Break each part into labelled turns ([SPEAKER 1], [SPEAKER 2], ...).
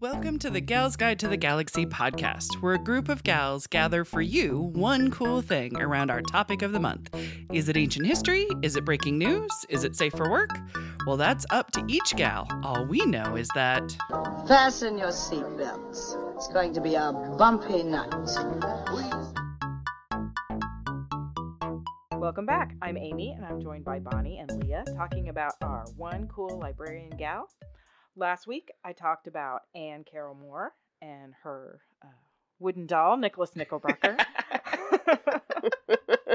[SPEAKER 1] Welcome to the Gals Guide to the Galaxy podcast, where a group of gals gather for you one cool thing around our topic of the month. Is it ancient history? Is it breaking news? Is it safe for work? Well, that's up to each gal. All we know is that.
[SPEAKER 2] Fasten your seatbelts. It's going to be a bumpy night.
[SPEAKER 3] Welcome back. I'm Amy, and I'm joined by Bonnie and Leah talking about our one cool librarian gal. Last week, I talked about Anne Carol Moore and her uh, wooden doll, Nicholas Nickelbucker.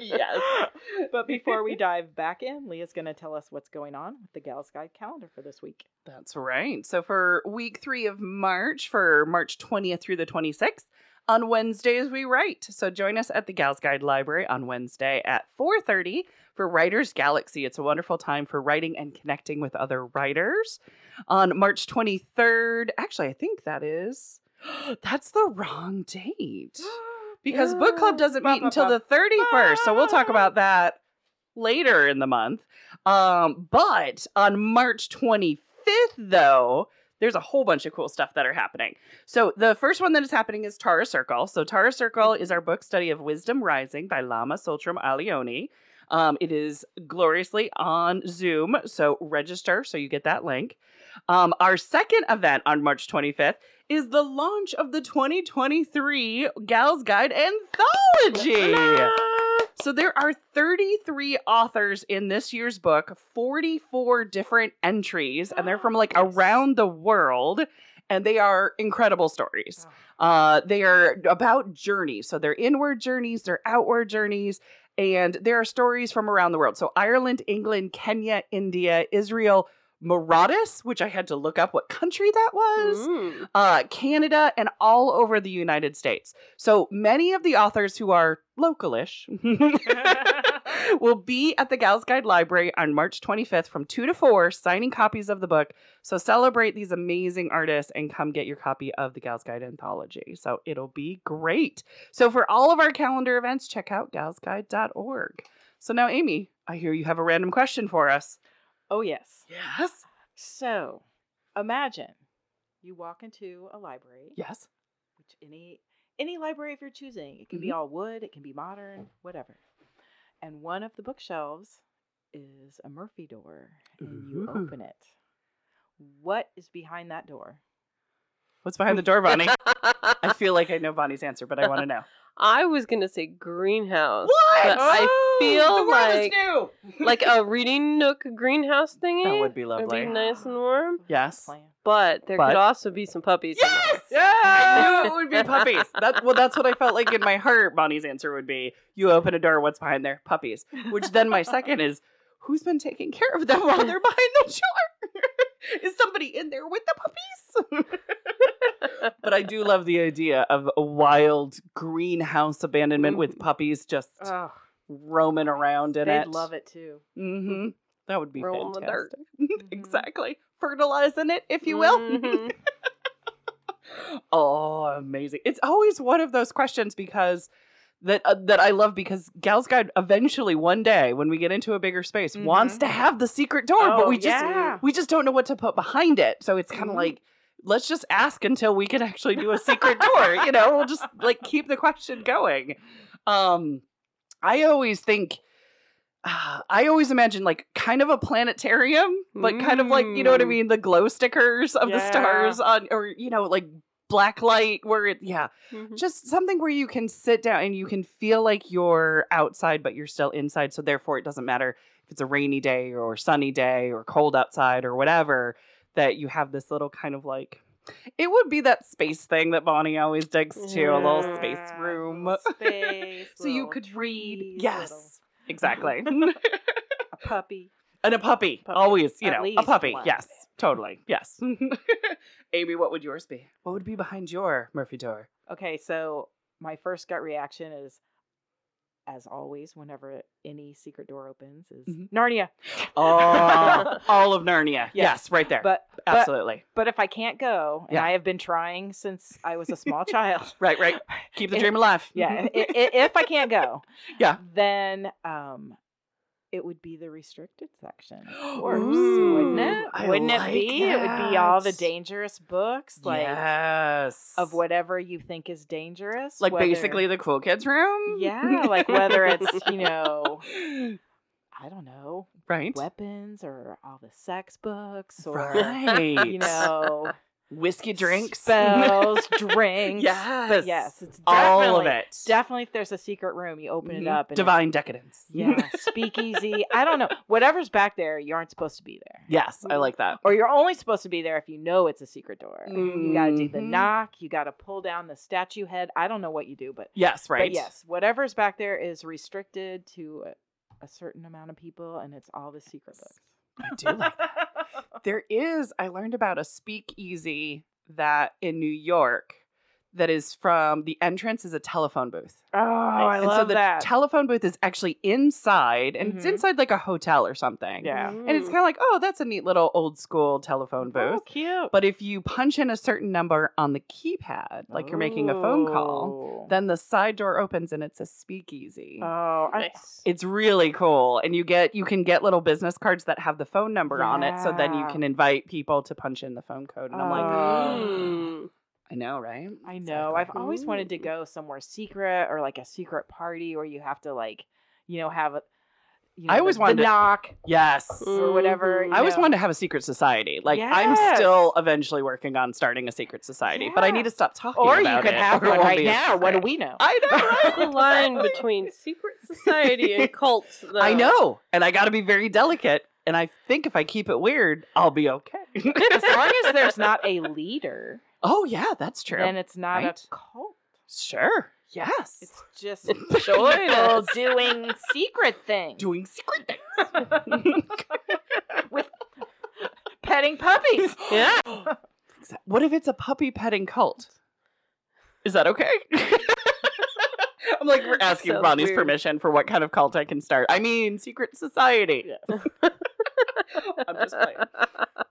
[SPEAKER 4] yes.
[SPEAKER 3] but before we dive back in, Leah's going to tell us what's going on with the Gals Guide calendar for this week.
[SPEAKER 1] That's right. So for week three of March, for March 20th through the 26th, on Wednesdays we write. So join us at the Gals Guide Library on Wednesday at 4:30 for Writers Galaxy. It's a wonderful time for writing and connecting with other writers. On March 23rd, actually I think that is that's the wrong date. Because book club doesn't meet until the 31st. So we'll talk about that later in the month. Um, but on March 25th, though, there's a whole bunch of cool stuff that are happening. So the first one that is happening is Tara Circle. So Tara Circle is our book study of Wisdom Rising by Lama Sultram Alioni. Um, it is gloriously on Zoom, so register so you get that link. Um, our second event on March 25th is the launch of the 2023 Gals Guide Anthology. So there are 33 authors in this year's book, 44 different entries, and they're from like around the world. And they are incredible stories. Uh, they are about journeys. So they're inward journeys, they're outward journeys, and there are stories from around the world. So Ireland, England, Kenya, India, Israel, Mauritius, which I had to look up what country that was uh, Canada, and all over the United States. So many of the authors who are localish will be at the Gals Guide Library on March 25th from 2 to 4, signing copies of the book. So celebrate these amazing artists and come get your copy of the Gals Guide Anthology. So it'll be great. So for all of our calendar events, check out galsguide.org. So now, Amy, I hear you have a random question for us.
[SPEAKER 3] Oh, yes.
[SPEAKER 1] Yes.
[SPEAKER 3] So imagine you walk into a library,
[SPEAKER 1] Yes.
[SPEAKER 3] which any any library of your choosing. It can be
[SPEAKER 1] Mm-hmm.
[SPEAKER 3] all wood, it can be modern, whatever. And one of the bookshelves is a Murphy door, and you
[SPEAKER 1] Ooh.
[SPEAKER 3] open it. What is behind that door?
[SPEAKER 1] What's behind the door, Bonnie? I feel like I know Bonnie's answer, but I want to know.
[SPEAKER 4] I was gonna say greenhouse.
[SPEAKER 1] What?
[SPEAKER 4] But I feel
[SPEAKER 1] Oh, the world
[SPEAKER 4] like
[SPEAKER 1] is new.
[SPEAKER 4] like a reading nook greenhouse thingy.
[SPEAKER 1] That would be
[SPEAKER 4] It'd
[SPEAKER 1] lovely.
[SPEAKER 4] nice and warm.
[SPEAKER 1] Yes.
[SPEAKER 3] Plan.
[SPEAKER 4] But there
[SPEAKER 1] But-
[SPEAKER 4] could also be some puppies. in there.
[SPEAKER 1] Yes! Yeah! I knew it would be puppies. That, well, that's what I felt like in my heart. Bonnie's answer would be, "You open a door, what's behind there? Puppies." Which then my second is, "Who's been taking care of them while they're behind the door? is somebody in there with the puppies?" but I do love the idea of a wild greenhouse abandonment
[SPEAKER 4] Mm.
[SPEAKER 1] with puppies just
[SPEAKER 4] Uh,
[SPEAKER 3] Ugh,
[SPEAKER 1] roaming around in
[SPEAKER 3] they'd
[SPEAKER 1] it.
[SPEAKER 3] love it too.
[SPEAKER 1] Mm-hmm. That would be
[SPEAKER 4] Roll in the
[SPEAKER 1] fantastic.
[SPEAKER 4] dirt. Mm-hmm.
[SPEAKER 1] exactly. Fertilizing it, if you will.
[SPEAKER 4] Mhm.
[SPEAKER 1] Oh, amazing! It's always one of those questions because that uh, that I love because Gal's Guide eventually one day when we get into a bigger space wants
[SPEAKER 4] Mm-hmm.
[SPEAKER 1] to have the secret door, but
[SPEAKER 3] Oh,
[SPEAKER 1] we just
[SPEAKER 3] yeah.
[SPEAKER 1] we just don't know what to put behind it. So it's kind of
[SPEAKER 3] Mhm.
[SPEAKER 1] like let's just ask until we can actually do a secret door. You know, we'll just like keep the question going. Um, I always think. Uh, I always imagine like kind of a planetarium, but kind of like you know what I
[SPEAKER 4] Mm.
[SPEAKER 1] mean, the glow stickers of the
[SPEAKER 3] Yeah.
[SPEAKER 1] stars on, or you know, like black light where it, yeah,
[SPEAKER 3] Mm-hmm.
[SPEAKER 4] Mhm.
[SPEAKER 1] just something where you can sit down and you can feel like you're outside but you're still inside so therefore it doesn't matter if it's a rainy day or sunny day or cold outside or whatever that you have this little kind of like it would be that space thing that bonnie always digs to a little
[SPEAKER 4] Yeah.
[SPEAKER 1] space
[SPEAKER 3] Yeah,
[SPEAKER 1] room
[SPEAKER 3] little space,
[SPEAKER 1] so you
[SPEAKER 3] little
[SPEAKER 1] could read
[SPEAKER 3] trees,
[SPEAKER 1] yes
[SPEAKER 3] little-
[SPEAKER 1] exactly
[SPEAKER 3] a puppy.
[SPEAKER 1] and a puppy,
[SPEAKER 3] Puppy.
[SPEAKER 1] always you
[SPEAKER 3] At
[SPEAKER 1] know a
[SPEAKER 3] least
[SPEAKER 1] puppy
[SPEAKER 3] one.
[SPEAKER 1] yes totally yes amy what would yours be what would be behind your murphy door
[SPEAKER 3] Okay, so my first gut reaction is, as always, whenever any secret door opens, is
[SPEAKER 1] Mhm.
[SPEAKER 3] Narnia.
[SPEAKER 1] oh all of narnia yes, right there
[SPEAKER 3] But but
[SPEAKER 1] Absolutely.
[SPEAKER 3] But if I can't go, and
[SPEAKER 1] Yeah.
[SPEAKER 3] I have been trying since I was a small child,
[SPEAKER 1] right, right. Keep the dream alive.
[SPEAKER 3] yeah, i- i- if I can't go,
[SPEAKER 1] Yeah.
[SPEAKER 3] then um, it would be the restricted section. Of course, wouldn't
[SPEAKER 1] Ooh,
[SPEAKER 3] it?
[SPEAKER 1] I
[SPEAKER 3] wouldn't
[SPEAKER 1] like
[SPEAKER 3] it be? It would be all the
[SPEAKER 1] that.
[SPEAKER 3] dangerous books, like
[SPEAKER 1] yes.
[SPEAKER 3] of whatever you think is dangerous.
[SPEAKER 1] Like
[SPEAKER 3] whether-
[SPEAKER 1] basically the cool kids room.
[SPEAKER 3] Yeah, like whether it's, you know, I don't know,
[SPEAKER 1] right.
[SPEAKER 3] weapons or all the sex books or
[SPEAKER 1] right.
[SPEAKER 3] you know
[SPEAKER 1] whiskey drinks.
[SPEAKER 3] spells, drinks.
[SPEAKER 1] Yes.
[SPEAKER 3] But yes, it's
[SPEAKER 1] all of
[SPEAKER 3] definitely-
[SPEAKER 1] it.
[SPEAKER 3] Definitely if there's a secret room, you open it
[SPEAKER 1] Mhm.
[SPEAKER 3] up and it-
[SPEAKER 1] Divine decadence.
[SPEAKER 3] yeah, speakeasy. I don't know. Whatever's back there, you aren't supposed to be there.
[SPEAKER 1] yes, I like that.
[SPEAKER 3] Or you're only supposed to be there if you know it's a secret door. You gotta do the
[SPEAKER 1] Mhm.
[SPEAKER 3] knock, you gotta pull down the statue head. I don't know what you do, but
[SPEAKER 1] Yes, right.
[SPEAKER 3] But yes, whatever's back there is restricted to a, a certain amount of people, and it's all the secret books.
[SPEAKER 1] I do like that. There is, I learned about a speakeasy that in New York that is from the entrance is a telephone booth.
[SPEAKER 3] oh, I
[SPEAKER 1] and
[SPEAKER 3] love
[SPEAKER 1] so the
[SPEAKER 3] that.
[SPEAKER 1] telephone booth is actually inside and it's
[SPEAKER 3] Mhm.
[SPEAKER 1] inside like a hotel or something.
[SPEAKER 3] yeah. Mm.
[SPEAKER 1] And
[SPEAKER 4] Mm.
[SPEAKER 1] it's kind of like, oh, that's a neat little old school telephone booth.
[SPEAKER 3] Oh, cute.
[SPEAKER 1] But if you punch in a certain number on the keypad, like you're making a phone call,
[SPEAKER 3] Oh.
[SPEAKER 1] then the side door opens and it's a speakeasy.
[SPEAKER 3] oh, I,
[SPEAKER 4] Nice.
[SPEAKER 1] uh, It's really cool. And you get you can get little business cards that have the phone number on it. So then you
[SPEAKER 3] Yeah.
[SPEAKER 1] can invite people to punch in the phone code. And I'm like,
[SPEAKER 3] Oh.
[SPEAKER 4] Mm.
[SPEAKER 1] I know, right?
[SPEAKER 3] I
[SPEAKER 1] It's
[SPEAKER 3] know.
[SPEAKER 1] like,
[SPEAKER 3] I've always wanted to go somewhere secret or like a secret party where you have to like, you know, have a. You know,
[SPEAKER 1] I always
[SPEAKER 3] the,
[SPEAKER 1] wanted
[SPEAKER 3] the
[SPEAKER 1] to-
[SPEAKER 3] knock
[SPEAKER 1] Yes.
[SPEAKER 3] or whatever.
[SPEAKER 4] Mhm.
[SPEAKER 3] you
[SPEAKER 1] I always
[SPEAKER 3] know.
[SPEAKER 1] wanted to have a secret society. Like I'm still eventually working on starting a secret society, but I
[SPEAKER 3] Yeah.
[SPEAKER 1] need to stop talking
[SPEAKER 3] Or you
[SPEAKER 1] about
[SPEAKER 3] could
[SPEAKER 1] it,
[SPEAKER 3] have
[SPEAKER 1] or it
[SPEAKER 3] one
[SPEAKER 1] won't
[SPEAKER 3] right
[SPEAKER 1] be a
[SPEAKER 3] now. What do
[SPEAKER 1] secret.
[SPEAKER 3] we know?
[SPEAKER 1] I
[SPEAKER 4] What's
[SPEAKER 1] know.
[SPEAKER 4] the
[SPEAKER 1] right?
[SPEAKER 4] line between secret society and cults? Though?
[SPEAKER 1] I know, and I got to be very delicate. And I think if I keep it weird, I'll be okay.
[SPEAKER 3] as long as there's not a leader,
[SPEAKER 1] oh yeah, that's true.
[SPEAKER 3] then it's not
[SPEAKER 1] Right.
[SPEAKER 3] a cult.
[SPEAKER 1] sure. Yes.
[SPEAKER 3] It's just
[SPEAKER 4] Join
[SPEAKER 3] people
[SPEAKER 4] us.
[SPEAKER 3] doing secret things,
[SPEAKER 1] doing secret things.
[SPEAKER 3] petting puppies.
[SPEAKER 4] Yeah.
[SPEAKER 1] Exa- What if it's a puppy petting cult? Is that okay? I'm like, we're asking
[SPEAKER 4] Sounds
[SPEAKER 1] Bonnie's
[SPEAKER 4] weird.
[SPEAKER 1] permission for what kind of cult I can start. I mean, secret society. I'm just playing.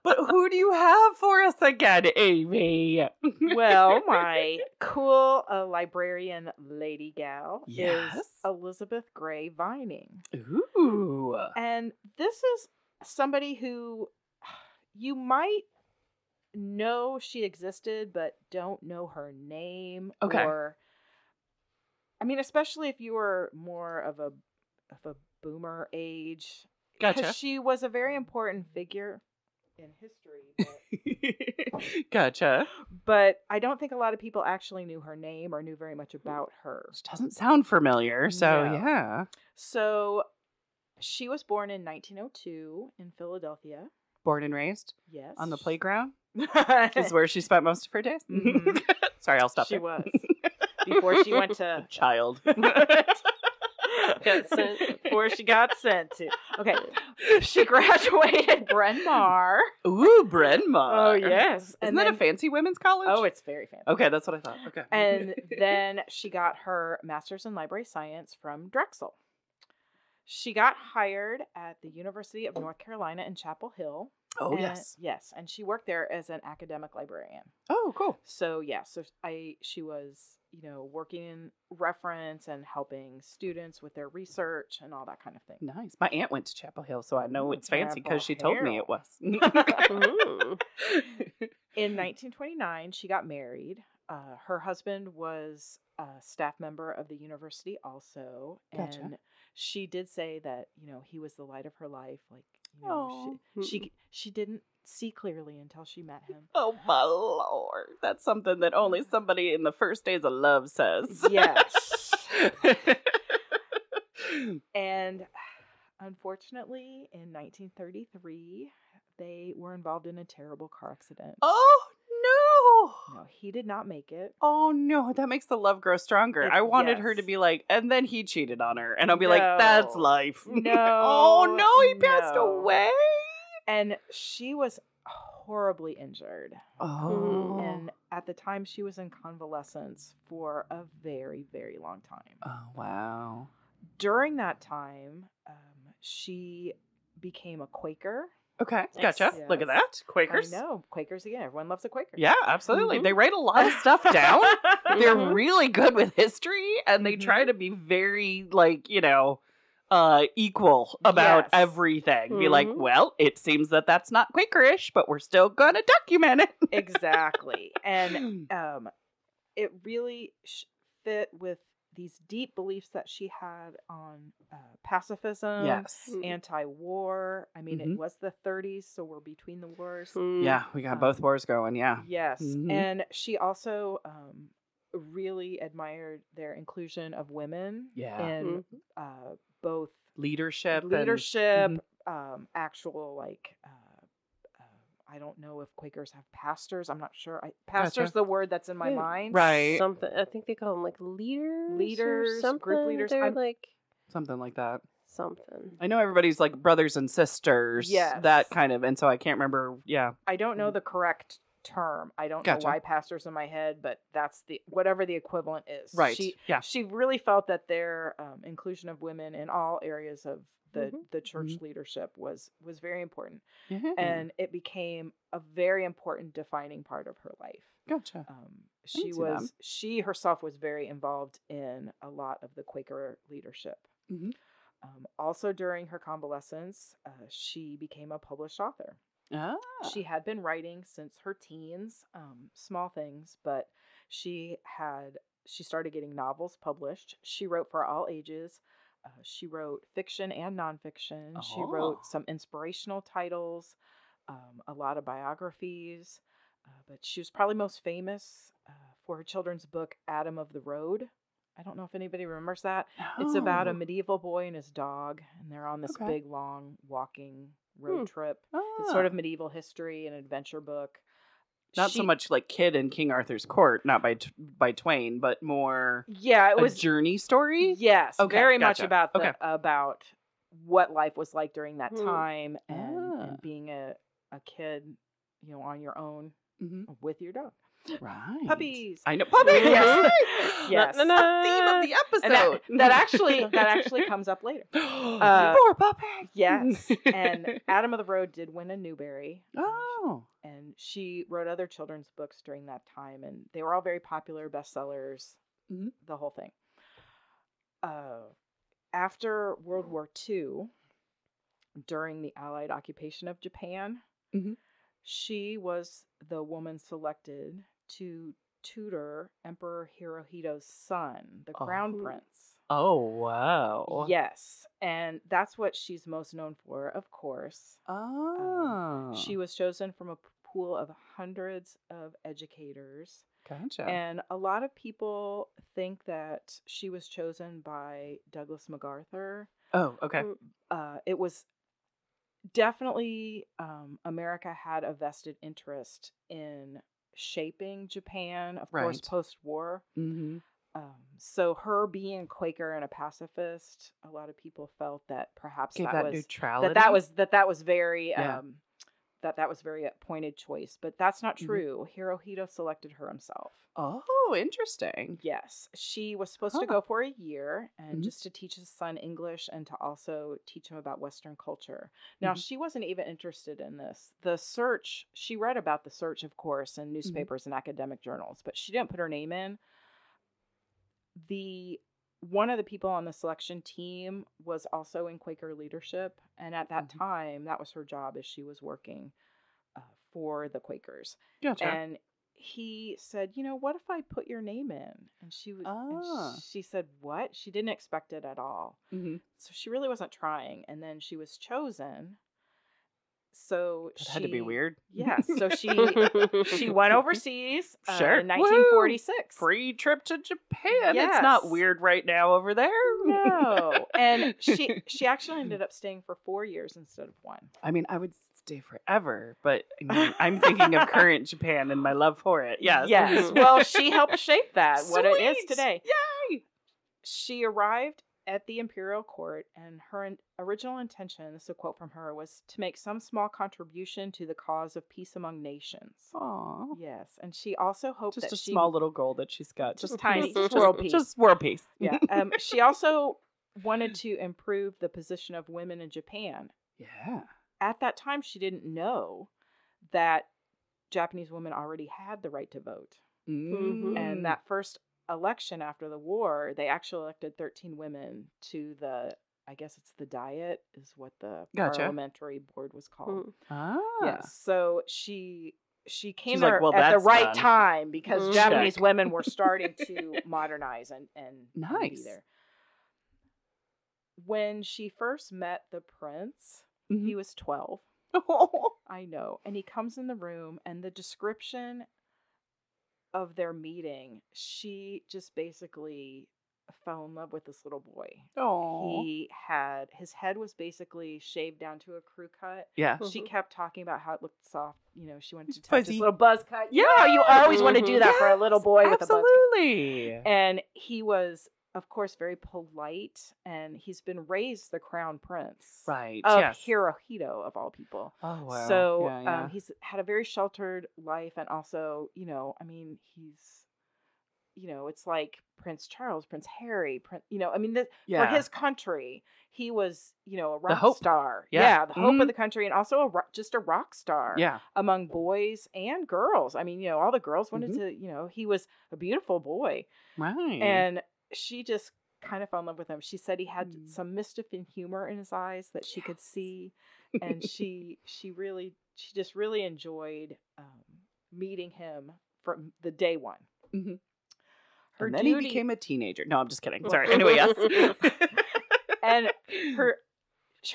[SPEAKER 1] But who do you have for us again, Amy?
[SPEAKER 3] Well, my cool uh, librarian lady gal is
[SPEAKER 1] Yes.
[SPEAKER 3] Elizabeth Gray Vining,
[SPEAKER 1] Ooh.
[SPEAKER 3] and this is somebody who you might know she existed, but don't know her name
[SPEAKER 1] Okay.
[SPEAKER 3] or. I mean, especially if you were more of a of a boomer age, because
[SPEAKER 1] Gotcha.
[SPEAKER 3] she was a very important figure in history. But,
[SPEAKER 1] gotcha.
[SPEAKER 3] but I don't think a lot of people actually knew her name or knew very much about her.
[SPEAKER 1] She doesn't sound familiar, so
[SPEAKER 3] No.
[SPEAKER 1] yeah.
[SPEAKER 3] So she was born in 1902 in Philadelphia.
[SPEAKER 1] Born and raised
[SPEAKER 3] Yes.
[SPEAKER 1] on the
[SPEAKER 3] she-
[SPEAKER 1] playground Eh. Mm-hmm. is where she spent most of her days.
[SPEAKER 3] Mhm.
[SPEAKER 1] Sorry, I'll stop
[SPEAKER 3] she
[SPEAKER 1] there.
[SPEAKER 3] was. Before she went
[SPEAKER 1] A
[SPEAKER 3] to
[SPEAKER 1] child.
[SPEAKER 4] Got sent.
[SPEAKER 3] before she got sent to. Okay. She graduated Bryn Mawr.
[SPEAKER 1] Ooh, Bryn
[SPEAKER 3] Oh,
[SPEAKER 1] Mawr.
[SPEAKER 3] yes.
[SPEAKER 1] Oh, Isn't that a fancy women's college?
[SPEAKER 3] Oh, it's very fancy.
[SPEAKER 1] okay. That's what I thought. Okay.
[SPEAKER 3] and then she got her master's in library science from Drexel. She got hired at the University of North Carolina in Chapel Hill.
[SPEAKER 1] oh
[SPEAKER 3] and-
[SPEAKER 1] yes.
[SPEAKER 3] yes, and she worked there as an academic librarian.
[SPEAKER 1] Oh, cool.
[SPEAKER 3] So yeah, so I she was you know working in reference and helping students with their research and all that kind of thing.
[SPEAKER 1] Nice. My aunt went to Chapel Hill, so I know
[SPEAKER 3] Ooh,
[SPEAKER 1] it's fancy because she told me it was.
[SPEAKER 4] Mm.
[SPEAKER 3] In 1929, she got married. Uh, her husband was a staff member of the university, also,
[SPEAKER 1] Gotcha.
[SPEAKER 3] and she did say that you know he was the light of her life. Like, you know,
[SPEAKER 4] Aw.
[SPEAKER 3] she, she she didn't see clearly until she met him.
[SPEAKER 1] oh my lord, that's something that only somebody in the first days of love says.
[SPEAKER 3] Yes, and unfortunately, in 1933, they were involved in a terrible car accident.
[SPEAKER 1] oh no.
[SPEAKER 3] No, he did not make it.
[SPEAKER 1] Oh no, that makes the love grow stronger.
[SPEAKER 3] It-
[SPEAKER 1] I wanted her to
[SPEAKER 3] yes.
[SPEAKER 1] be like, and then he cheated on her, and I'll be like, that's
[SPEAKER 3] No.
[SPEAKER 1] life.
[SPEAKER 3] No,
[SPEAKER 1] oh no, he passed
[SPEAKER 3] no.
[SPEAKER 1] away.
[SPEAKER 3] and she was horribly injured.
[SPEAKER 1] Oh.
[SPEAKER 3] Mm, And at the time, she was in convalescence for a very, very long time.
[SPEAKER 1] Oh wow.
[SPEAKER 3] During that time, um, she became a Quaker.
[SPEAKER 1] Okay,
[SPEAKER 4] Nice.
[SPEAKER 1] gotcha. Look at that, Quakers.
[SPEAKER 3] I know Mm-hmm. Quakers again. Everyone loves a Quaker.
[SPEAKER 1] Yeah, absolutely.
[SPEAKER 4] Mhm.
[SPEAKER 1] They write a lot of stuff down. They're
[SPEAKER 3] Mm-hmm.
[SPEAKER 4] Mhm.
[SPEAKER 1] really good with history, and they
[SPEAKER 3] Mhm.
[SPEAKER 1] try to be very like you know uh, equal about
[SPEAKER 3] Yes. Mm-hmm.
[SPEAKER 1] everything. Be like,
[SPEAKER 4] Mhm.
[SPEAKER 1] well, it seems that that's not Quakerish, but we're still going to document it.
[SPEAKER 3] exactly. And um, it really sh- fit with these deep beliefs that she had on uh, pacifism,
[SPEAKER 1] yes.
[SPEAKER 3] mm-hmm.
[SPEAKER 4] Mm.
[SPEAKER 3] anti-war. I mean,
[SPEAKER 1] Mhm.
[SPEAKER 3] it was the 30s, so we're between the wars.
[SPEAKER 4] Mm.
[SPEAKER 1] Yeah, we got
[SPEAKER 3] Um,
[SPEAKER 1] both wars going. Yeah.
[SPEAKER 3] Yes,
[SPEAKER 1] Mhm.
[SPEAKER 3] and she also um, really admired their inclusion of women
[SPEAKER 1] Yeah. Mm-hmm.
[SPEAKER 3] in uh, both
[SPEAKER 1] Leadership. and-
[SPEAKER 3] leadership,
[SPEAKER 1] mm-hmm.
[SPEAKER 3] um, actual like. Uh, uh, I don't know if Quakers have pastors. I'm not sure. I, pastors the word that's in my
[SPEAKER 4] Yeah.
[SPEAKER 3] mind.
[SPEAKER 1] right.
[SPEAKER 4] Something. I think they call them like leaders. or
[SPEAKER 3] Leaders, group
[SPEAKER 4] something.
[SPEAKER 3] leaders,
[SPEAKER 4] They're
[SPEAKER 3] I'm-
[SPEAKER 4] like
[SPEAKER 1] Something like that.
[SPEAKER 4] something.
[SPEAKER 1] I know everybody's like brothers and sisters.
[SPEAKER 3] Yes.
[SPEAKER 1] That kind of. And so I can't remember. Yeah.
[SPEAKER 3] I don't know
[SPEAKER 1] Mhm.
[SPEAKER 3] the correct term. I don't
[SPEAKER 1] Gotcha.
[SPEAKER 3] know why pastors in my head, but that's the whatever the equivalent is.
[SPEAKER 1] Right.
[SPEAKER 3] She
[SPEAKER 1] yeah.
[SPEAKER 3] she really felt that their um, inclusion of women in all areas of the the church
[SPEAKER 1] Mhm.
[SPEAKER 3] leadership was was very important,
[SPEAKER 1] Yeah.
[SPEAKER 3] and it became a very important defining part of her life.
[SPEAKER 1] gotcha.
[SPEAKER 3] Um,
[SPEAKER 1] see
[SPEAKER 3] she
[SPEAKER 1] that.
[SPEAKER 3] was she herself was very involved in a lot of the Quaker leadership.
[SPEAKER 1] Mhm.
[SPEAKER 3] Um, also, during her convalescence, uh, she became a published author.
[SPEAKER 1] Ah.
[SPEAKER 3] She had been writing since her teens, um, small things, but she had she started getting novels published. She wrote for all ages. Uh, she wrote fiction and nonfiction. She
[SPEAKER 1] Oh.
[SPEAKER 3] wrote some inspirational titles, um, a lot of biographies. Uh, but she was probably most famous uh, for her children's book Adam of the Road. I don't know if anybody remembers that. It's about a
[SPEAKER 1] Oh.
[SPEAKER 3] medieval boy and his dog, and they're on this
[SPEAKER 1] Okay.
[SPEAKER 3] big long walking road
[SPEAKER 4] Hmm.
[SPEAKER 3] trip. It's
[SPEAKER 1] Ah.
[SPEAKER 3] sort of medieval history and adventure book.
[SPEAKER 1] not so
[SPEAKER 3] She-
[SPEAKER 1] much like kid in King Arthur's court, not by t- by Twain, but more
[SPEAKER 3] Yeah, it
[SPEAKER 1] a
[SPEAKER 3] was.
[SPEAKER 1] journey story.
[SPEAKER 3] yes,
[SPEAKER 1] Okay,
[SPEAKER 3] very much
[SPEAKER 1] gotcha.
[SPEAKER 3] about the,
[SPEAKER 1] Okay.
[SPEAKER 3] about what life was like during that
[SPEAKER 4] Hmm.
[SPEAKER 3] time and,
[SPEAKER 1] Ah.
[SPEAKER 3] and being a a kid, you know, on your own
[SPEAKER 1] Mhm.
[SPEAKER 3] with your dog,
[SPEAKER 1] Right,
[SPEAKER 3] puppies.
[SPEAKER 1] I know puppies.
[SPEAKER 4] Yes.
[SPEAKER 3] Yes.
[SPEAKER 4] Na- na-
[SPEAKER 1] The theme
[SPEAKER 4] na.
[SPEAKER 1] of the episode
[SPEAKER 3] And that, that actually that actually comes up later. uh,
[SPEAKER 1] more puppies.
[SPEAKER 3] Yes, and Adam of the Road did win a Newbery. uh,
[SPEAKER 1] oh,
[SPEAKER 3] and she wrote other children's books during that time and they were all very popular bestsellers
[SPEAKER 1] Mhm.
[SPEAKER 3] the whole thing uh, after world war ii during the allied occupation of japan
[SPEAKER 1] Mhm.
[SPEAKER 3] she was the woman selected to tutor emperor hirohito's son the crown
[SPEAKER 1] Oh.
[SPEAKER 3] prince
[SPEAKER 1] oh wow.
[SPEAKER 3] yes and that's what she's most known for of course
[SPEAKER 1] Oh,
[SPEAKER 3] um, she was chosen from a p- pool of hundreds of educators.
[SPEAKER 1] gotcha.
[SPEAKER 3] And a lot of people think that she was chosen by Douglas MacArthur.
[SPEAKER 1] oh, okay.
[SPEAKER 3] Uh, it was definitely um, America had a vested interest in shaping Japan, of course,
[SPEAKER 1] Right.
[SPEAKER 3] post war.
[SPEAKER 1] Mm-hmm.
[SPEAKER 3] Um, so her being Quaker and a pacifist, a lot of people felt that perhaps
[SPEAKER 1] Gave
[SPEAKER 3] that,
[SPEAKER 1] that,
[SPEAKER 3] was
[SPEAKER 1] neutrality.
[SPEAKER 3] that that was that that was very
[SPEAKER 1] Yeah.
[SPEAKER 3] um that that was very a pointed choice but that's not
[SPEAKER 1] Mhm.
[SPEAKER 3] true hirohito selected her himself
[SPEAKER 1] Oh, interesting.
[SPEAKER 3] yes she was supposed to
[SPEAKER 1] Huh.
[SPEAKER 3] go for a year and
[SPEAKER 1] Mhm.
[SPEAKER 3] just to teach his son english and to also teach him about western culture now
[SPEAKER 1] Mhm.
[SPEAKER 3] she wasn't even interested in this the search she read about the search of course in newspapers and academic journals but she didn't put her name in the one of the people on the selection team was also in Quaker leadership, and at that
[SPEAKER 1] Mhm.
[SPEAKER 3] time, that was her job as she was working uh, for the Quakers.
[SPEAKER 1] Gotcha.
[SPEAKER 3] And he said, "You know, what if I put your name in?" And she was,
[SPEAKER 1] Ah.
[SPEAKER 3] and she said, "What?" She didn't expect it at all,
[SPEAKER 1] Mhm.
[SPEAKER 3] so she really wasn't trying. And then she was chosen. So
[SPEAKER 1] That
[SPEAKER 3] she
[SPEAKER 1] had to be weird.
[SPEAKER 3] Yes, so she she went overseas uh,
[SPEAKER 1] Sure.
[SPEAKER 3] in
[SPEAKER 1] Woo!
[SPEAKER 3] 1946.
[SPEAKER 1] free trip to Japan. It's not
[SPEAKER 3] Yes.
[SPEAKER 1] weird right now over there.
[SPEAKER 3] no and she she actually ended up staying for four years instead of one
[SPEAKER 1] I mean, I would stay forever, but I mean, I'm thinking of current Japan and my love for it. Yes.
[SPEAKER 3] yes
[SPEAKER 4] Mhm.
[SPEAKER 3] well she helped shape that what it is
[SPEAKER 1] Sweet!
[SPEAKER 3] today
[SPEAKER 1] Yay!
[SPEAKER 3] she arrived at the imperial court and her in- original intention this is a quote from her was to make some small contribution to the cause of peace among nations
[SPEAKER 1] Aw.
[SPEAKER 3] yes and she also hoped
[SPEAKER 1] Just
[SPEAKER 3] that
[SPEAKER 1] a
[SPEAKER 3] she,
[SPEAKER 1] small little goal that she's got.
[SPEAKER 3] just
[SPEAKER 1] Just
[SPEAKER 3] tiny
[SPEAKER 4] Just-
[SPEAKER 3] just world
[SPEAKER 1] just,
[SPEAKER 3] peace
[SPEAKER 1] just world peace.
[SPEAKER 3] yeah um, she also wanted to improve the position of women in japan
[SPEAKER 1] Yeah.
[SPEAKER 3] at that time she didn't know that Japanese women already had the right to vote.
[SPEAKER 1] Mm-hmm.
[SPEAKER 4] Mhm.
[SPEAKER 1] Mm.
[SPEAKER 3] And that first election after the war, they actually elected 13 women to the I guess it's the diet is what the
[SPEAKER 1] Gotcha.
[SPEAKER 3] parliamentary board was called.
[SPEAKER 4] Mm.
[SPEAKER 1] Ah.
[SPEAKER 3] Yes. So she she came
[SPEAKER 1] She's
[SPEAKER 3] there
[SPEAKER 1] like, "Well,
[SPEAKER 3] at the
[SPEAKER 1] that's
[SPEAKER 3] right
[SPEAKER 1] done."
[SPEAKER 3] time because
[SPEAKER 4] Mm.
[SPEAKER 3] Japanese
[SPEAKER 1] Check.
[SPEAKER 3] women were starting to modernize and and and be
[SPEAKER 1] Nice.
[SPEAKER 3] there. When she first met the prince, he
[SPEAKER 1] Mhm.
[SPEAKER 3] was twelve.
[SPEAKER 1] Oh,
[SPEAKER 3] I know. And he comes in the room, and the description of their meeting, she just basically fell in love with this little boy. He had his head was basically shaved down to a crew cut.
[SPEAKER 1] yeah.
[SPEAKER 3] She
[SPEAKER 4] Mhm.
[SPEAKER 3] kept talking about how it looked soft. You know, she wanted to touch
[SPEAKER 1] Fuzzy.
[SPEAKER 3] his little buzz cut.
[SPEAKER 1] Yeah.
[SPEAKER 3] Yeah, you always want to do
[SPEAKER 4] Mhm.
[SPEAKER 3] that for a little boy with a buzz cut
[SPEAKER 1] Mm-hmm. Absolutely.
[SPEAKER 3] and he was of course very polite and he's been raised the crown prince
[SPEAKER 1] Right.
[SPEAKER 3] of
[SPEAKER 1] yes.
[SPEAKER 3] hirohito of all people
[SPEAKER 1] Oh wow.
[SPEAKER 3] so
[SPEAKER 1] Yeah, yeah.
[SPEAKER 3] Um, he's had a very sheltered life and also you know i mean he's you know it's like prince charles prince harry prince you know i mean this,
[SPEAKER 1] yeah.
[SPEAKER 3] for his country he was you know a rock
[SPEAKER 1] hope.
[SPEAKER 3] star
[SPEAKER 1] Yeah.
[SPEAKER 3] the hope
[SPEAKER 1] Mhm.
[SPEAKER 3] of the country and also a ro- just a rock star
[SPEAKER 1] yeah.
[SPEAKER 3] among boys and girls i mean you know all the girls wanted
[SPEAKER 1] Mhm.
[SPEAKER 3] to you know he was a beautiful boy
[SPEAKER 1] Right.
[SPEAKER 3] and she just kind of fell in love with him. She said he had
[SPEAKER 1] Mm.
[SPEAKER 3] some mischief and humor in his eyes that she could see, and she she really she just really enjoyed um, meeting him from the day one.
[SPEAKER 1] Mhm.
[SPEAKER 3] Her
[SPEAKER 1] and then
[SPEAKER 3] duty
[SPEAKER 1] he became a teenager. No, I'm just kidding. Sorry. Anyway, yes.
[SPEAKER 3] and her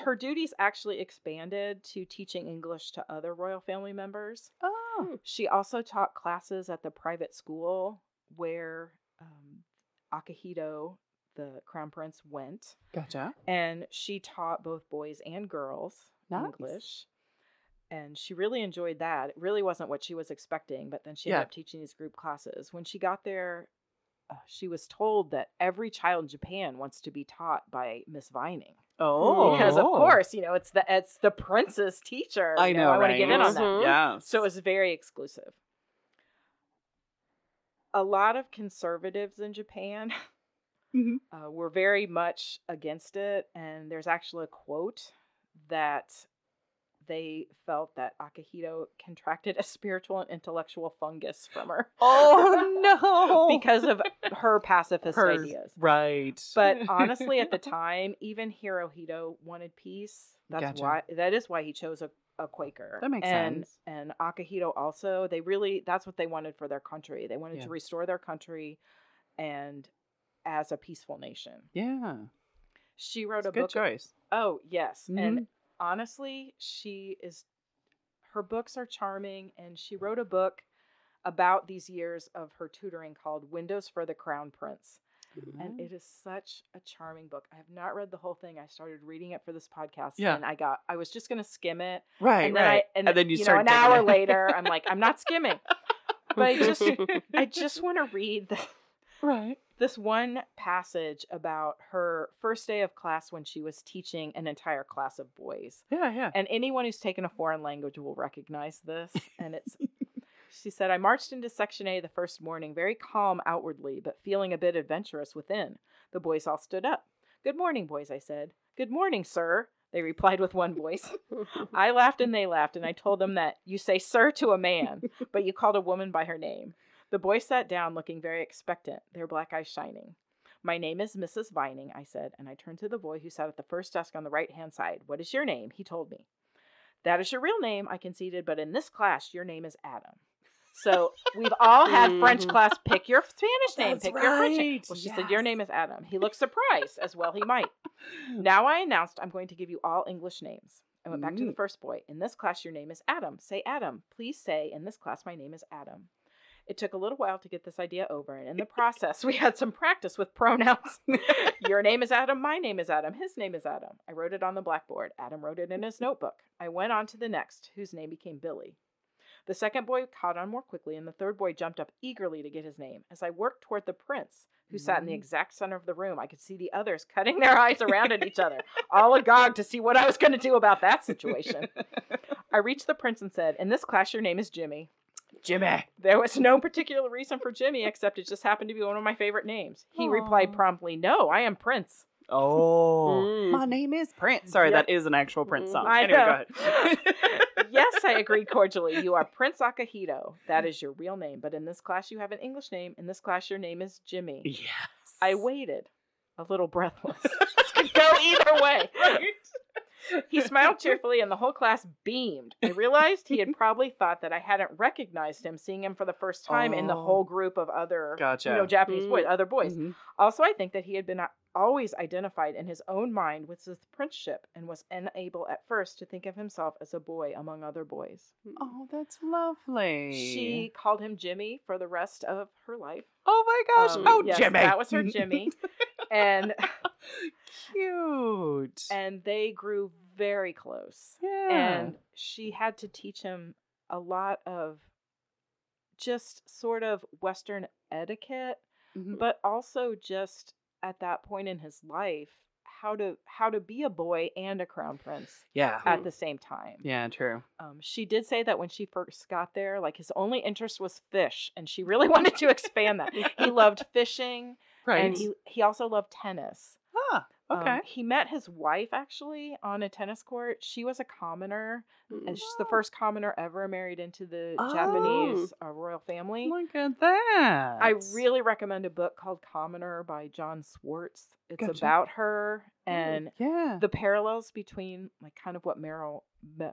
[SPEAKER 3] her duties actually expanded to teaching English to other royal family members.
[SPEAKER 1] Oh.
[SPEAKER 3] She also taught classes at the private school where um, Akihito, the crown prince, went.
[SPEAKER 1] Gotcha.
[SPEAKER 3] and she taught both boys and girls
[SPEAKER 1] Nice.
[SPEAKER 3] English. And she really enjoyed that. It really wasn't what she was expecting, but then she
[SPEAKER 1] Yeah.
[SPEAKER 3] ended up teaching these group classes. When she got there, uh, she was told that every child in Japan wants to be taught by Miss Vining
[SPEAKER 1] Oh.
[SPEAKER 3] because, of course, you know it's the it's the prince's teacher.
[SPEAKER 1] I
[SPEAKER 3] you
[SPEAKER 1] know.
[SPEAKER 3] I want to get in on
[SPEAKER 4] right?
[SPEAKER 3] that.
[SPEAKER 4] Mhm.
[SPEAKER 1] Yeah.
[SPEAKER 3] So it was very exclusive. A lot of conservatives in Japan
[SPEAKER 1] Mhm.
[SPEAKER 3] uh, were very much against it, and there's actually a quote that they felt that Akihito contracted a spiritual and intellectual fungus from her
[SPEAKER 1] Oh no.
[SPEAKER 3] because of her pacifist
[SPEAKER 1] Her-
[SPEAKER 3] ideas.
[SPEAKER 1] Right.
[SPEAKER 3] But honestly, at the time, even Hirohito wanted peace. That's
[SPEAKER 1] Gotcha.
[SPEAKER 3] why that is why he chose a, a Quaker.
[SPEAKER 1] That makes
[SPEAKER 3] and,
[SPEAKER 1] sense.
[SPEAKER 3] And Akihito also, they really that's what they wanted for their country. They wanted
[SPEAKER 1] Yeah.
[SPEAKER 3] to restore their country and as a peaceful nation.
[SPEAKER 1] yeah.
[SPEAKER 3] She
[SPEAKER 1] It's
[SPEAKER 3] wrote
[SPEAKER 1] a
[SPEAKER 3] a
[SPEAKER 1] good
[SPEAKER 3] book.
[SPEAKER 1] choice. Mm-hmm.
[SPEAKER 3] Oh, yes. And honestly, she is her books are charming and she wrote a book about these years of her tutoring called Windows for the Crown Prince
[SPEAKER 1] Mm-hmm.
[SPEAKER 3] and it is such a charming book. I have not read the whole thing. I started reading it for this podcast,
[SPEAKER 1] Yeah.
[SPEAKER 3] and I got I was just gonna skim it,
[SPEAKER 1] right.
[SPEAKER 3] and then
[SPEAKER 1] right.
[SPEAKER 3] I and,
[SPEAKER 1] then you
[SPEAKER 3] know,
[SPEAKER 1] start
[SPEAKER 3] an
[SPEAKER 1] digging
[SPEAKER 3] hour
[SPEAKER 1] in.
[SPEAKER 3] later, I'm like, I'm not skimming, but I just I just want to read the,
[SPEAKER 1] right.
[SPEAKER 3] this one passage about her first day of class when she was teaching an entire class of boys.
[SPEAKER 1] Yeah. Yeah.
[SPEAKER 3] And anyone who's taken a foreign language will recognize this. And it's, she said, I marched into Section A the first morning, very calm outwardly, but feeling a bit adventurous within. The boys all stood up. Good morning, boys, I said. Good morning, sir. They replied with one voice. I laughed and they laughed, and I told them that you say sir to a man, but you called a woman by her name. The boy sat down looking very expectant, their black eyes shining. My name is Mrs. Vining, I said, and I turned to the boy who sat at the first desk on the right hand side. What is your name? He told me. That is your real name, I conceded, but in this class, your name is Adam. So we've all had French
[SPEAKER 4] Mhm.
[SPEAKER 3] class pick your Spanish name,
[SPEAKER 1] That's
[SPEAKER 3] pick your French name.
[SPEAKER 1] right,
[SPEAKER 3] Well, she said, Your
[SPEAKER 1] yes.
[SPEAKER 3] name is Adam. He looked surprised, as well he might. Now I announced I'm going to give you all English names. I went back to the
[SPEAKER 1] Mm.
[SPEAKER 3] first boy. In this class, your name is Adam. Say Adam. Please say, in this class, my name is Adam. It took a little while to get this idea over, and in the process, we had some practice with pronouns. Your name is Adam, my name is Adam, his name is Adam. I wrote it on the blackboard. Adam wrote it in his notebook. I went on to the next, whose name became Billy. The second boy caught on more quickly, and the third boy jumped up eagerly to get his name. As I worked toward the prince, who sat in the
[SPEAKER 1] Mm.
[SPEAKER 3] exact center of the room, I could see the others cutting their eyes around at each other, all agog to see what I was going to do about that situation. I reached the prince and said, In this class, your name is Jimmy.
[SPEAKER 1] Jimmy.
[SPEAKER 3] There was no particular reason for Jimmy, except it just happened to be one of my favorite names. He replied
[SPEAKER 1] Aw.
[SPEAKER 3] promptly, No, I am Prince.
[SPEAKER 1] Oh.
[SPEAKER 4] Mm.
[SPEAKER 1] My name is Prince. Sorry,
[SPEAKER 3] Yeah.
[SPEAKER 1] that is an actual Prince
[SPEAKER 4] Mm.
[SPEAKER 1] song.
[SPEAKER 3] I
[SPEAKER 1] anyway,
[SPEAKER 3] know.
[SPEAKER 1] go ahead.
[SPEAKER 3] yes, I agreed cordially. You are Prince Akahito. That is your real name, but in this class, you have an English name. In this class, your name is Jimmy.
[SPEAKER 1] yes.
[SPEAKER 3] I waited, a little breathless. It could go Either way. He smiled cheerfully, and the whole class beamed. I realized he had probably thought that I hadn't recognized him, seeing him for the first time in the
[SPEAKER 1] Oh.
[SPEAKER 3] whole group of other,
[SPEAKER 1] Gotcha.
[SPEAKER 3] you know, Japanese boys, other boys.
[SPEAKER 1] Mhm.
[SPEAKER 3] Also, I think that he had been uh, always identified in his own mind with his princeship, and was unable at first to think of himself as a boy among other boys.
[SPEAKER 1] Oh, that's lovely.
[SPEAKER 3] She called him Jimmy for the rest of her life.
[SPEAKER 1] Oh my gosh.
[SPEAKER 3] Um,
[SPEAKER 1] oh,
[SPEAKER 3] yes,
[SPEAKER 1] Jimmy.
[SPEAKER 3] that was her Jimmy, and
[SPEAKER 1] Cute.
[SPEAKER 3] and they grew very close.
[SPEAKER 1] yeah.
[SPEAKER 3] and she had to teach him a lot of just sort of western etiquette
[SPEAKER 1] Mhm.
[SPEAKER 3] but also just at that point in his life how to how to be a boy and a crown prince
[SPEAKER 1] yeah.
[SPEAKER 3] at the same time
[SPEAKER 1] Yeah, true.
[SPEAKER 3] um, she did say that when she first got there like his only interest was fish and she really wanted to expand that he loved fishing
[SPEAKER 1] Right.
[SPEAKER 3] and he, he also loved tennis
[SPEAKER 1] ah,
[SPEAKER 3] um,
[SPEAKER 1] okay.
[SPEAKER 3] he met his wife actually on a tennis court. She was a commoner. And she's the
[SPEAKER 1] Oh.
[SPEAKER 3] first commoner ever married into the
[SPEAKER 1] Oh.
[SPEAKER 3] Japanese uh, royal family.
[SPEAKER 1] Look at that.
[SPEAKER 3] I really recommend a book called Commoner by John Swartz. It's
[SPEAKER 1] Gotcha.
[SPEAKER 3] about her and
[SPEAKER 1] Yeah.
[SPEAKER 3] the parallels between like kind of what Meryl me-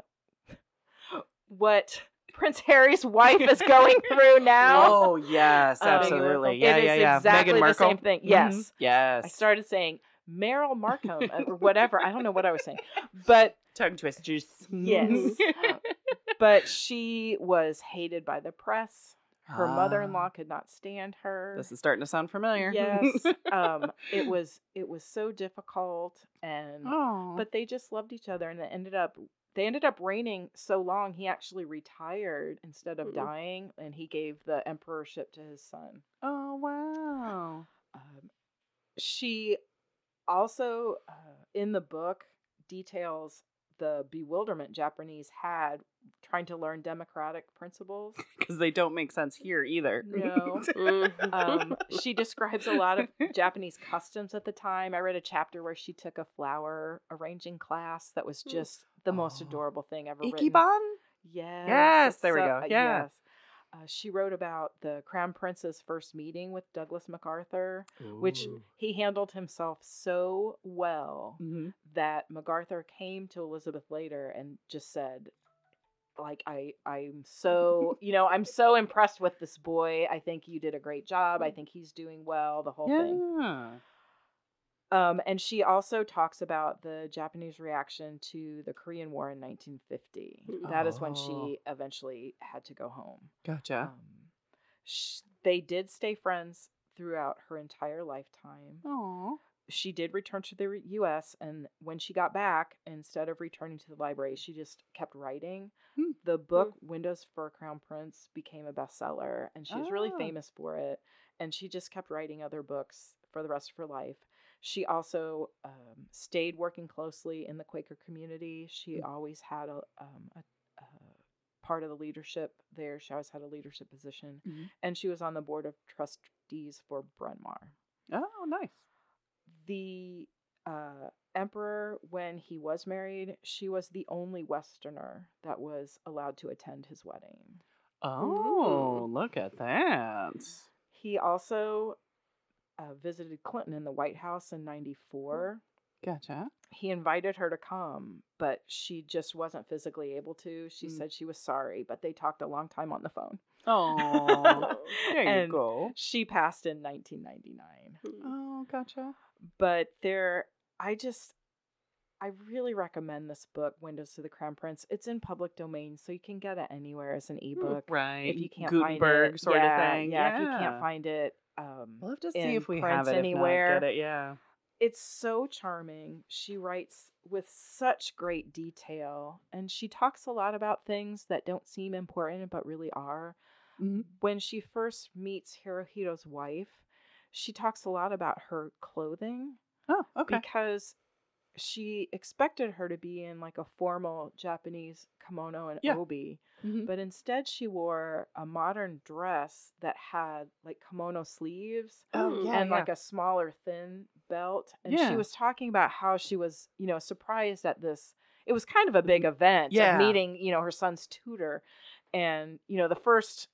[SPEAKER 3] what Prince Harry's wife is going through now.
[SPEAKER 1] Oh yes,
[SPEAKER 3] Um,
[SPEAKER 1] absolutely. yeah,
[SPEAKER 3] it is
[SPEAKER 1] yeah, yeah.
[SPEAKER 3] exactly
[SPEAKER 1] Meghan
[SPEAKER 3] the
[SPEAKER 1] Markle.
[SPEAKER 3] same thing.
[SPEAKER 1] Mhm.
[SPEAKER 3] Yes.
[SPEAKER 1] Yes.
[SPEAKER 3] I started saying Meryl Markham uh, or whatever. I don't know what I was saying, but
[SPEAKER 1] tongue twist juice.
[SPEAKER 3] yes,
[SPEAKER 1] Mm-hmm.
[SPEAKER 3] uh, but she was hated by the press. Her
[SPEAKER 1] Ah.
[SPEAKER 3] mother-in-law could not stand her.
[SPEAKER 1] This is starting to sound familiar.
[SPEAKER 3] yes, um, it was it was so difficult, and
[SPEAKER 1] Oh.
[SPEAKER 3] Mm. but they just loved each other, and it ended up they ended up reigning so long. He actually retired instead of
[SPEAKER 4] Mm.
[SPEAKER 3] dying, and he gave the emperorship to his son.
[SPEAKER 1] oh wow.
[SPEAKER 3] Um, she also, uh, in the book, details the bewilderment Japanese had trying to learn democratic principles.
[SPEAKER 1] Because they don't make sense here either.
[SPEAKER 3] No.
[SPEAKER 4] Mhm.
[SPEAKER 3] Um, she describes a lot of Japanese customs at the time. I read a chapter where she took a flower arranging class that was
[SPEAKER 1] Mm.
[SPEAKER 3] just the most
[SPEAKER 1] Oh.
[SPEAKER 3] adorable thing ever written.
[SPEAKER 1] Ikiban.
[SPEAKER 3] Yes.
[SPEAKER 1] Yes, there we
[SPEAKER 3] so-
[SPEAKER 1] go.
[SPEAKER 3] uh,
[SPEAKER 1] Yeah.
[SPEAKER 3] Uh, she wrote about the Crown Prince's first meeting with Douglas MacArthur which he handled himself so well
[SPEAKER 1] Mhm.
[SPEAKER 3] that MacArthur came to Elizabeth later and just said, like I I'm so you know I'm so impressed with this boy. I think you did a great job. I think he's doing well. The whole thing.
[SPEAKER 1] Mm. Yeah.
[SPEAKER 3] Um, and she also talks about the Japanese reaction to the Korean War in 1950. That is when
[SPEAKER 1] Oh.
[SPEAKER 3] she eventually had to go home.
[SPEAKER 1] Gotcha.
[SPEAKER 3] Um, sh- they did stay friends throughout her entire lifetime
[SPEAKER 1] Oh.
[SPEAKER 3] she did return to the re- US and when she got back instead of returning to the library she just kept writing.
[SPEAKER 1] Hmm.
[SPEAKER 3] The book Windows for a Crown Prince became a bestseller and she was really
[SPEAKER 1] Ah.
[SPEAKER 3] famous for it and she just kept writing other books for the rest of her life. She also um, stayed working closely in the Quaker community. She
[SPEAKER 1] Mm.
[SPEAKER 3] always had a, um, a, a part of the leadership there. She always had a leadership position,
[SPEAKER 1] Mhm.
[SPEAKER 3] and she was on the board of trustees for Brunmar
[SPEAKER 1] Oh, nice.
[SPEAKER 3] the uh, emperor, when he was married, she was the only Westerner that was allowed to attend his wedding.
[SPEAKER 1] Oh, look at that.
[SPEAKER 3] He also uh, visited Clinton in the White House in 94.
[SPEAKER 1] Gotcha.
[SPEAKER 3] He invited her to come, but she just wasn't physically able to. She
[SPEAKER 1] Mm.
[SPEAKER 3] said she was sorry, but they talked a long time on the phone.
[SPEAKER 1] Oh, there you
[SPEAKER 3] And
[SPEAKER 1] go.
[SPEAKER 3] She passed in 1999.
[SPEAKER 1] Oh, gotcha.
[SPEAKER 3] but there i just i really recommend this book windows to the crown prince it's in public domain so you can get it anywhere as an ebook
[SPEAKER 1] Right.
[SPEAKER 3] if you can't
[SPEAKER 1] Gutenberg
[SPEAKER 3] find it
[SPEAKER 1] sort
[SPEAKER 3] yeah,
[SPEAKER 1] of thing.
[SPEAKER 3] yeah, if you can't find it um
[SPEAKER 1] We'll have to
[SPEAKER 3] in
[SPEAKER 1] see if we
[SPEAKER 3] print
[SPEAKER 1] have it. Anywhere.
[SPEAKER 3] anywhere.
[SPEAKER 1] get it. Yeah.
[SPEAKER 3] it's so charming she writes with such great detail and she talks a lot about things that don't seem important but really are
[SPEAKER 1] Mhm.
[SPEAKER 3] when she first meets hirohito's wife she talks a lot about her clothing
[SPEAKER 1] Oh, okay.
[SPEAKER 3] because she expected her to be in like a formal Japanese kimono and
[SPEAKER 1] Yeah.
[SPEAKER 3] obi,
[SPEAKER 1] Mhm.
[SPEAKER 3] but instead she wore a modern dress that had like kimono sleeves
[SPEAKER 1] Oh, yeah.
[SPEAKER 3] and like a smaller thin belt. And
[SPEAKER 1] Yeah.
[SPEAKER 3] she was talking about how she was, you know, surprised at this. It was kind of a big event, of
[SPEAKER 1] Yeah.
[SPEAKER 3] meeting, you know, her son's tutor, and you know the first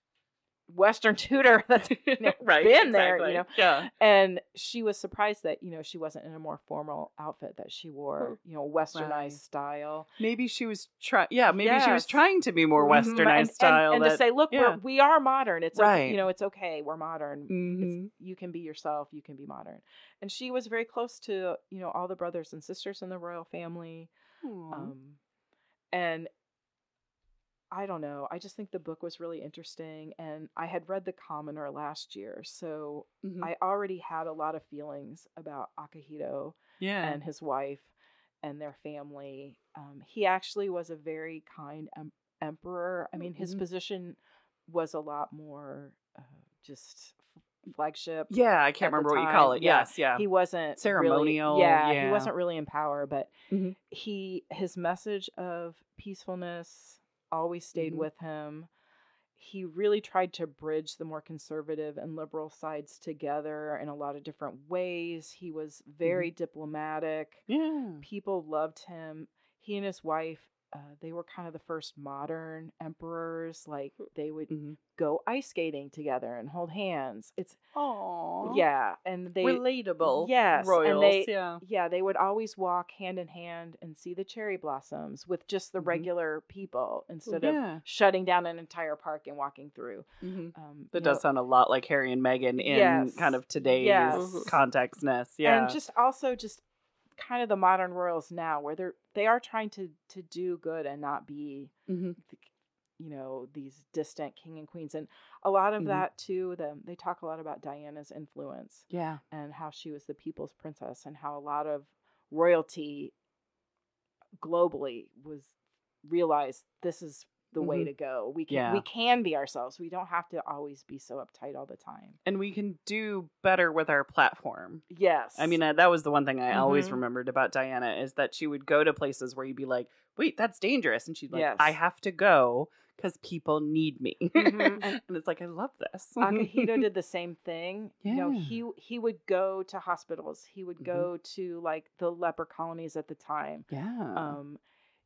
[SPEAKER 3] Western tutor that's you know,
[SPEAKER 1] right.
[SPEAKER 3] been there, you
[SPEAKER 1] exactly.
[SPEAKER 3] know.
[SPEAKER 1] Yeah.
[SPEAKER 3] and she was surprised that you know she wasn't in a more formal outfit that she wore you know westernized
[SPEAKER 1] Right.
[SPEAKER 3] style
[SPEAKER 1] Maybe she was trying. Yeah. Maybe she was
[SPEAKER 3] Yes.
[SPEAKER 1] trying to be more
[SPEAKER 3] Mhm, and-
[SPEAKER 1] westernized
[SPEAKER 3] and,
[SPEAKER 1] style.
[SPEAKER 3] and,
[SPEAKER 1] that,
[SPEAKER 3] to say look
[SPEAKER 1] yeah.
[SPEAKER 3] we're, we are modern it's right.
[SPEAKER 1] Right.
[SPEAKER 3] you know it's okay we're modern
[SPEAKER 1] Mhm.
[SPEAKER 3] it's, you can be yourself you can be modern and she was very close to you know all the brothers and sisters in the royal family um, and I don't know. I just think the book was really interesting, and I had read The Commoner last year, so
[SPEAKER 1] Mhm.
[SPEAKER 3] I already had a lot of feelings about Akihito
[SPEAKER 1] yeah.
[SPEAKER 3] and his wife and their family. Um, he actually was a very kind em- emperor. I mean, his
[SPEAKER 1] Mhm.
[SPEAKER 3] position was a lot more uh, just f- flagship.
[SPEAKER 1] yeah. I
[SPEAKER 3] at
[SPEAKER 1] can't
[SPEAKER 3] the
[SPEAKER 1] remember what you call
[SPEAKER 3] time,
[SPEAKER 1] it.
[SPEAKER 3] yeah,
[SPEAKER 1] Yes. Yeah.
[SPEAKER 3] He wasn't really-
[SPEAKER 1] Ceremonial,
[SPEAKER 3] yeah, he
[SPEAKER 1] yeah.
[SPEAKER 3] wasn't really in power, but
[SPEAKER 1] Mhm.
[SPEAKER 3] he his message of peacefulness always stayed
[SPEAKER 1] Mhm.
[SPEAKER 3] with him. He really tried to bridge the more conservative and liberal sides together in a lot of different ways. He was
[SPEAKER 1] Mm-hmm.
[SPEAKER 3] very diplomatic
[SPEAKER 1] yeah.
[SPEAKER 3] people loved him. He and his wife, uh, they were kind of the first modern emperors. Like they would
[SPEAKER 1] Mhm.
[SPEAKER 3] go ice skating together and hold hands. It's
[SPEAKER 1] Aww.
[SPEAKER 3] yeah, and they
[SPEAKER 1] Relatable.
[SPEAKER 3] Yes, and
[SPEAKER 1] Royals.
[SPEAKER 3] they-
[SPEAKER 1] yeah.
[SPEAKER 3] yeah they would always walk hand in hand and see the cherry blossoms with just the
[SPEAKER 1] Mhm.
[SPEAKER 3] regular people instead of
[SPEAKER 1] yeah.
[SPEAKER 3] shutting down an entire park and walking through.
[SPEAKER 1] Mhm.
[SPEAKER 3] Um,
[SPEAKER 1] That
[SPEAKER 3] you know,
[SPEAKER 1] does sound a lot like Harry and Meghan in
[SPEAKER 3] Yes.
[SPEAKER 1] kind of today's
[SPEAKER 3] Yes.
[SPEAKER 1] contextness. Yeah.
[SPEAKER 3] and just also just kind of the modern royals now where they're they are trying to to do good and not be
[SPEAKER 1] Mhm.
[SPEAKER 3] th- you know these distant king and queens and a lot of
[SPEAKER 1] Mhm.
[SPEAKER 3] that too them they talk a lot about diana's influence
[SPEAKER 1] yeah.
[SPEAKER 3] and how she was the people's princess and how a lot of royalty globally was realized this is the way
[SPEAKER 1] Mhm.
[SPEAKER 3] to go we can
[SPEAKER 1] Yeah.
[SPEAKER 3] we can be ourselves we don't have to always be so uptight all the time
[SPEAKER 1] And we can do better with our platform.
[SPEAKER 3] yes
[SPEAKER 1] I mean, uh, that was the one thing I always
[SPEAKER 3] Mhm.
[SPEAKER 1] remembered about Diana is that she would go to places where you'd be like, wait, that's dangerous. And she'd be like,
[SPEAKER 3] Yes.
[SPEAKER 1] I have to go because people need me.
[SPEAKER 3] Mhm. And-
[SPEAKER 1] and it's like, I love this.
[SPEAKER 3] Akihito did the same thing. You know,
[SPEAKER 1] Yeah.
[SPEAKER 3] he he would go to hospitals. He would
[SPEAKER 1] Mhm.
[SPEAKER 3] go to like the leper colonies at the time.
[SPEAKER 1] yeah.
[SPEAKER 3] Um,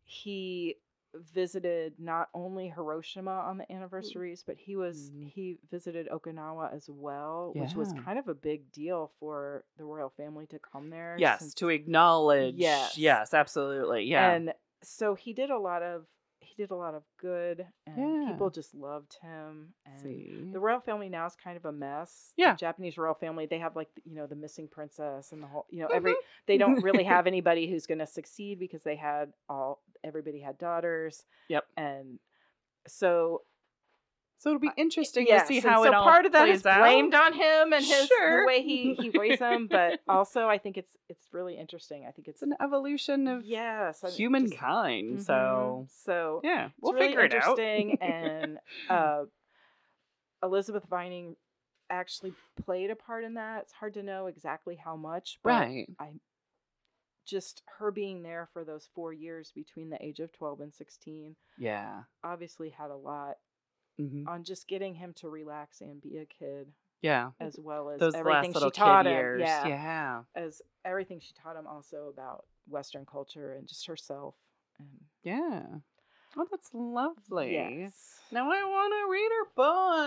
[SPEAKER 3] he visited not only Hiroshima on the anniversaries, but he was
[SPEAKER 1] Mhm.
[SPEAKER 3] he visited Okinawa as well, which was
[SPEAKER 1] Yeah.
[SPEAKER 3] kind of a big deal for the royal family to come there.
[SPEAKER 1] yes.
[SPEAKER 3] since-
[SPEAKER 1] to acknowledge.
[SPEAKER 3] Yes.
[SPEAKER 1] Yes. absolutely. Yeah.
[SPEAKER 3] And so he did a lot of he did a lot of good, and
[SPEAKER 1] Yeah.
[SPEAKER 3] people just loved him. And
[SPEAKER 1] See.
[SPEAKER 3] the royal family now is kind of a mess. The
[SPEAKER 1] Yeah.
[SPEAKER 3] Japanese royal family, they have like, you know, the missing princess and the whole, you
[SPEAKER 1] Mm-hmm.
[SPEAKER 3] know, every, they don't really have anybody who's going to succeed because they had all, everybody had daughters.
[SPEAKER 1] Yep.
[SPEAKER 3] And so,
[SPEAKER 1] So it'll be interesting
[SPEAKER 3] yes,
[SPEAKER 1] to see
[SPEAKER 3] and
[SPEAKER 1] how
[SPEAKER 3] so
[SPEAKER 1] it all
[SPEAKER 3] part of that
[SPEAKER 1] plays
[SPEAKER 3] is
[SPEAKER 1] out.
[SPEAKER 3] blamed on him and his, the
[SPEAKER 1] Sure.
[SPEAKER 3] way he, he raised them. But also, I think it's, it's really interesting. I think it's,
[SPEAKER 1] It's an evolution of
[SPEAKER 3] yes, I mean, just-
[SPEAKER 1] humankind.
[SPEAKER 3] mhm.
[SPEAKER 1] So
[SPEAKER 3] so
[SPEAKER 1] yeah,
[SPEAKER 3] it's
[SPEAKER 1] we'll
[SPEAKER 3] really
[SPEAKER 1] figure it out.
[SPEAKER 3] interesting. and uh, Elizabeth Vining actually played a part in that. It's hard to know exactly how much, but
[SPEAKER 1] right.
[SPEAKER 3] just her being there for those four years between the age of 12 and 16
[SPEAKER 1] Yeah.
[SPEAKER 3] obviously had a lot
[SPEAKER 1] hmm
[SPEAKER 3] on just getting him to relax and be a kid,
[SPEAKER 1] Yeah.
[SPEAKER 3] as well as
[SPEAKER 1] Mm-hmm. Those
[SPEAKER 3] everything
[SPEAKER 1] last little
[SPEAKER 3] she taught
[SPEAKER 1] kid
[SPEAKER 3] him.
[SPEAKER 1] years.
[SPEAKER 3] Yeah,
[SPEAKER 1] yeah.
[SPEAKER 3] as everything she taught him also about Western culture and just herself. And
[SPEAKER 1] Yeah. Oh, that's lovely.
[SPEAKER 3] yes.
[SPEAKER 1] Now I want to read her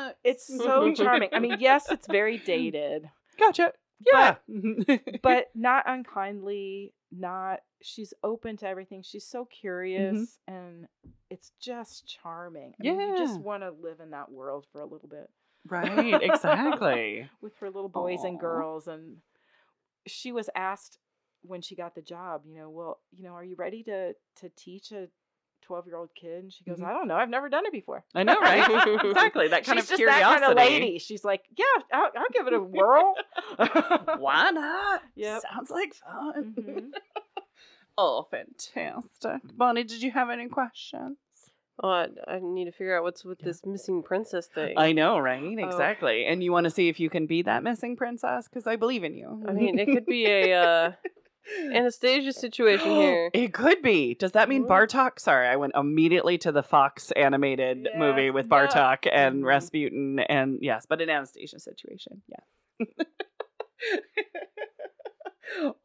[SPEAKER 1] book.
[SPEAKER 3] It's so charming. I mean, yes, it's very dated.
[SPEAKER 1] Gotcha. Yeah. But,
[SPEAKER 3] but not unkindly not she's open to everything she's so
[SPEAKER 1] Mm-hmm.
[SPEAKER 3] curious and it's just charming I mean, you just
[SPEAKER 1] Yeah.
[SPEAKER 3] want to live in that world for a little bit
[SPEAKER 1] right, exactly.
[SPEAKER 3] with her little boys and
[SPEAKER 1] Aw.
[SPEAKER 3] girls and she was asked when she got the job you know well you know are you ready to to teach a 12 year old kid and she goes
[SPEAKER 1] Mhm.
[SPEAKER 3] i don't know i've never done it before
[SPEAKER 1] I know, right? exactly. That kind
[SPEAKER 3] she's
[SPEAKER 1] of
[SPEAKER 3] just
[SPEAKER 1] curiosity.
[SPEAKER 3] that kind of lady she's like yeah i'll, I'll give it a whirl
[SPEAKER 1] Why not?
[SPEAKER 3] Yep.
[SPEAKER 1] Sounds like fun.
[SPEAKER 3] Mhm.
[SPEAKER 1] Oh, fantastic. Bonnie, did you have any questions?
[SPEAKER 4] Oh, I, I need to figure out what's with
[SPEAKER 1] Yeah.
[SPEAKER 4] this missing princess thing.
[SPEAKER 1] I know, right? Exactly. And you want to see if you can be that missing princess? Because I believe in you.
[SPEAKER 4] I mean, it could be a uh, Anastasia situation here.
[SPEAKER 1] It could be. Does that mean
[SPEAKER 4] Ooh.
[SPEAKER 1] Bartok? Sorry, I went immediately to the Fox animated
[SPEAKER 3] Yes,
[SPEAKER 1] movie with
[SPEAKER 3] no.
[SPEAKER 1] Bartok and
[SPEAKER 4] Mm-hmm.
[SPEAKER 3] Mhm.
[SPEAKER 1] Rasputin, and yes, but an Anastasia situation. Yeah.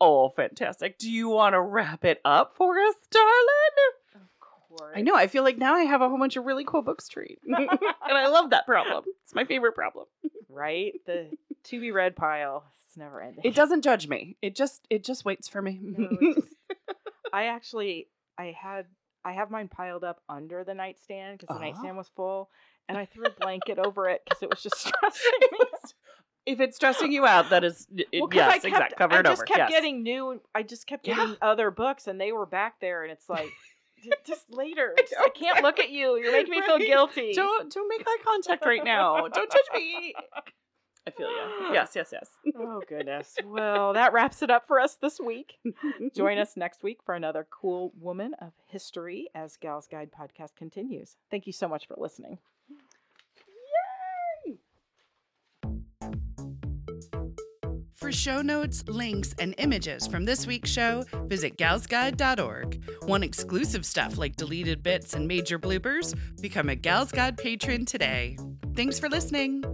[SPEAKER 1] oh, fantastic. Do you want to wrap it up for us, darling?
[SPEAKER 3] of course
[SPEAKER 4] for it.
[SPEAKER 1] I know. I feel like now I have a whole bunch of really cool books to read. and I love that problem. It's my favorite problem.
[SPEAKER 3] right? The to be read pile. It's never ending.
[SPEAKER 1] It doesn't judge me. It just it just waits for me.
[SPEAKER 4] No, it just-
[SPEAKER 3] I actually, I had, I have mine piled up under the nightstand because the
[SPEAKER 1] Uh-huh.
[SPEAKER 3] nightstand was full, and I threw a blanket over it because it was just stressing me.
[SPEAKER 1] if it's stressing you out, that is it,
[SPEAKER 3] Well, 'cause
[SPEAKER 1] yes,
[SPEAKER 3] I kept,
[SPEAKER 1] exact cover
[SPEAKER 3] I
[SPEAKER 1] it
[SPEAKER 3] just
[SPEAKER 1] over.
[SPEAKER 3] kept
[SPEAKER 1] yes.
[SPEAKER 3] getting new. I just kept
[SPEAKER 1] Yeah.
[SPEAKER 3] getting other books, and they were back there, and it's like, j- just later. Just, I can't look at you. You're making me feel
[SPEAKER 1] Right.
[SPEAKER 3] guilty.
[SPEAKER 1] don't don't make eye contact right now. Don't judge me. I feel you. Yes, yes, yes.
[SPEAKER 3] Oh goodness. Well, that wraps it up for us this week. Join us next week for another cool woman of history as Gals Guide podcast continues. Thank you so much for listening.
[SPEAKER 1] For show notes, links, and images from this week's show, visit galsguide.org. Want exclusive stuff like deleted bits and major bloopers? Become a Gals Guide patron today. Thanks for listening.